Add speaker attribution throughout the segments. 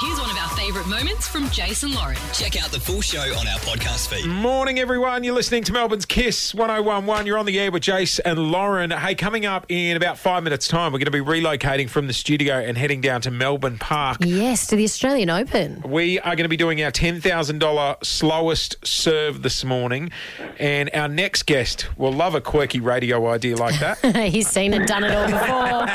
Speaker 1: Here's one of our favourite moments from Jason Lauren.
Speaker 2: Check out the full show on our podcast feed.
Speaker 3: Morning, everyone. You're listening to Melbourne's Kiss 1011. You're on the air with Jace and Lauren. Hey, coming up in about five minutes' time, we're going to be relocating from the studio and heading down to Melbourne Park.
Speaker 4: Yes, to the Australian Open.
Speaker 3: We are going to be doing our $10,000 slowest serve this morning. And our next guest will love a quirky radio idea like that.
Speaker 4: He's seen and done it all before.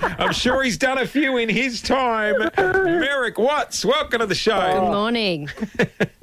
Speaker 3: I'm sure he's done a few in his time. Merrick Watts, welcome to the
Speaker 4: Good
Speaker 3: show.
Speaker 4: morning.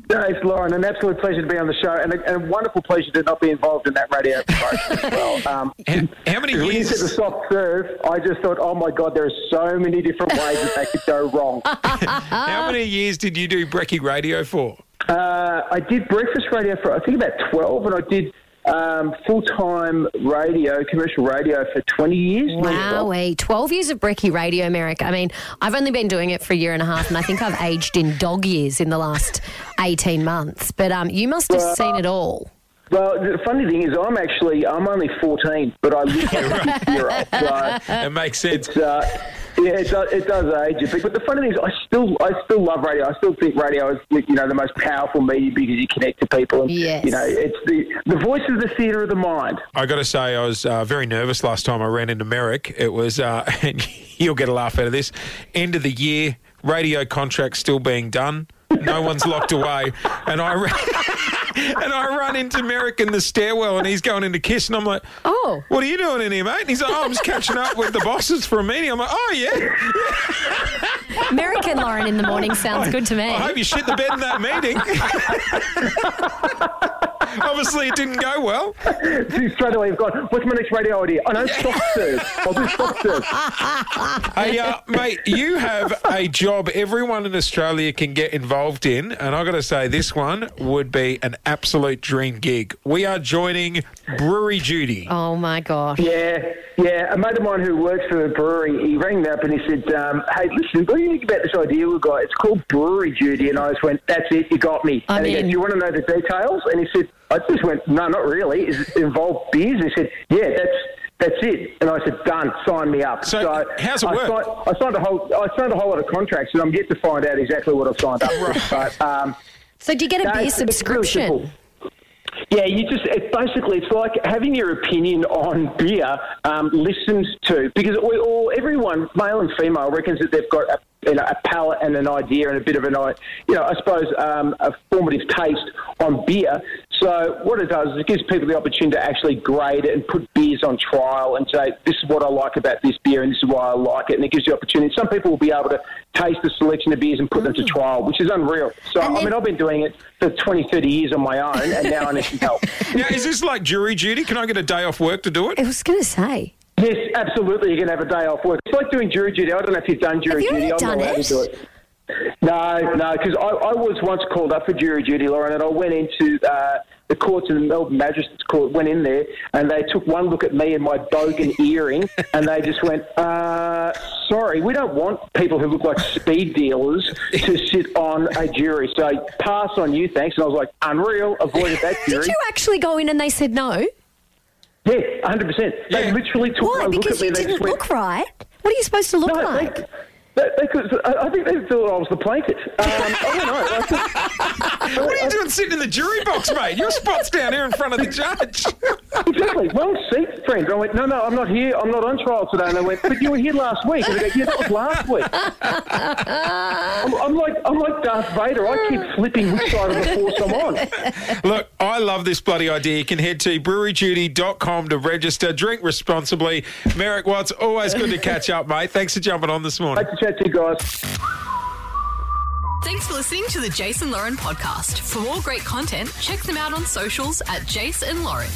Speaker 5: Dave, Lauren, an absolute pleasure to be on the show, and a, and a wonderful pleasure to not be involved in that radio promotion as well. Um,
Speaker 3: How, how many
Speaker 5: when you said the
Speaker 3: years?
Speaker 5: soft serve, I just thought, oh my God, there are so many different ways that they could go wrong.
Speaker 3: How many years did you do brekkie radio for?
Speaker 5: Uh, I did breakfast radio for I think about twelve, and I did um, full time radio, commercial radio for twenty years.
Speaker 4: Wow, 12 years of Brekkie radio, Merrick. I mean, I've only been doing it for a year and a half, and I think I've aged in dog years in the last 18 months. But um, you must have seen it all.
Speaker 5: Well, the funny thing is, I'm actually I'm only fourteen, but I look like a year old. So
Speaker 3: It makes sense.
Speaker 5: it's, uh, yeah, it, does, it does age a bit. But the funny thing is, I still I still love radio. I still think radio is you know the most powerful media because you connect to people. And,
Speaker 4: Yes.
Speaker 5: You know, it's the the voice is the theatre of the mind.
Speaker 3: I got to say, I was uh, very nervous last time I ran into Merrick. It was, uh, and you'll get a laugh out of this, end of the year, radio contract still being done, no one's locked away, and I ran, and I run into Merrick in the stairwell, and he's going into kiss, and I'm like,
Speaker 4: Oh.
Speaker 3: what are you doing in here, mate? And he's like, oh, I'm just catching up with the bosses for a meeting. I'm like, oh yeah,
Speaker 4: Merrick and Lauren in the morning sounds good to me.
Speaker 3: I hope you shit the bed in that meeting. Obviously, it didn't go well.
Speaker 5: See, straight away, you've gone. What's my next radio idea? I know soft serve. I'll do soft serve.
Speaker 3: Hey, uh, mate, you have a job everyone in Australia can get involved in, and i got to say, this one would be an absolute dream gig. We are joining Brewery Duty.
Speaker 4: Oh, my God.
Speaker 5: Yeah, yeah. A mate of mine who works for a brewery, he rang me up and he said, um, "Hey, listen, what do you think about this idea we've got? It's called brewery duty." And I just went, "That's it, you got me."
Speaker 4: I'm
Speaker 5: and he
Speaker 4: in.
Speaker 5: goes, "Do you want to know the details?" And he said, "I just went, no, not really. Is it involved beers?" And he said, "Yeah, that's." That's it, and I said, "Done. Sign me up."
Speaker 3: So, how's it
Speaker 5: I
Speaker 3: work?
Speaker 5: Signed, I signed a whole, I signed a whole lot of contracts, and I'm yet to find out exactly what I've signed up for. But um,
Speaker 4: So, do you get a
Speaker 5: no,
Speaker 4: beer
Speaker 5: it's- it's really
Speaker 4: subscription?
Speaker 5: simple. Yeah, you just it basically it's like having your opinion on beer um, listened to because we all everyone male and female reckons that they've got a, you know, a palate and an idea and a bit of an i- you know I suppose um, a formative taste on beer. So what it does is it gives people the opportunity to actually grade it and put beers on trial and say this is what I like about this beer and this is why I like it and it gives you opportunity. Some people will be able to taste the selection of beers and put them to trial, which is unreal. So
Speaker 4: Mm. And
Speaker 5: I
Speaker 4: then-
Speaker 5: mean I've been doing it for 20, 30 years on my own and now I need some help.
Speaker 3: Now, is this like jury duty? Can I get a day off work to do it?
Speaker 4: I was going to say.
Speaker 5: Yes, absolutely. You're going to have a day off work. It's like doing jury duty. I don't know if you've done jury
Speaker 4: you
Speaker 5: duty.
Speaker 4: already
Speaker 5: I'm
Speaker 4: done
Speaker 5: not allowed
Speaker 4: it?
Speaker 5: to do it. No, no, because I, I was once called up for jury duty, Lauren, and I went into uh, the courts in the Melbourne Magistrates Court, went in there, and they took one look at me and my bogan earring, and they just went, uh, sorry, we don't want people who look like speed dealers to sit on a jury. So pass on you, thanks. And I was like, unreal, avoided that jury.
Speaker 4: Did you actually go in and they said no?
Speaker 5: Yeah, 100%. They
Speaker 3: Yeah.
Speaker 5: literally took
Speaker 4: Why?
Speaker 5: one look
Speaker 4: Because
Speaker 5: at me
Speaker 4: you
Speaker 5: and they
Speaker 4: didn't
Speaker 5: just went,
Speaker 4: look right. What are you supposed to look
Speaker 5: No,
Speaker 4: like?
Speaker 5: they, they, they could, I I think they thought I was the plaintiff. Um, I don't know. I think-
Speaker 3: What are you doing sitting in the jury box, mate? Your spot's down here in front of the judge.
Speaker 5: exactly. Wrong seat, friend. I went, no, no, I'm not here. I'm not on trial today. And I went, but you were here last week. And they go, yeah, that was last week. I'm, I'm like, I'm like Darth Vader. I keep flipping which side of the force I'm on.
Speaker 3: Look, I love this bloody idea. You can head to breweryduty.com to register. Drink responsibly. Merrick Watts, always good to catch up, mate. Thanks for jumping on this morning.
Speaker 5: Great to chat to you guys.
Speaker 1: Thanks for listening to the Jason Lauren podcast. For more great content, check them out on socials at Jason Lauren.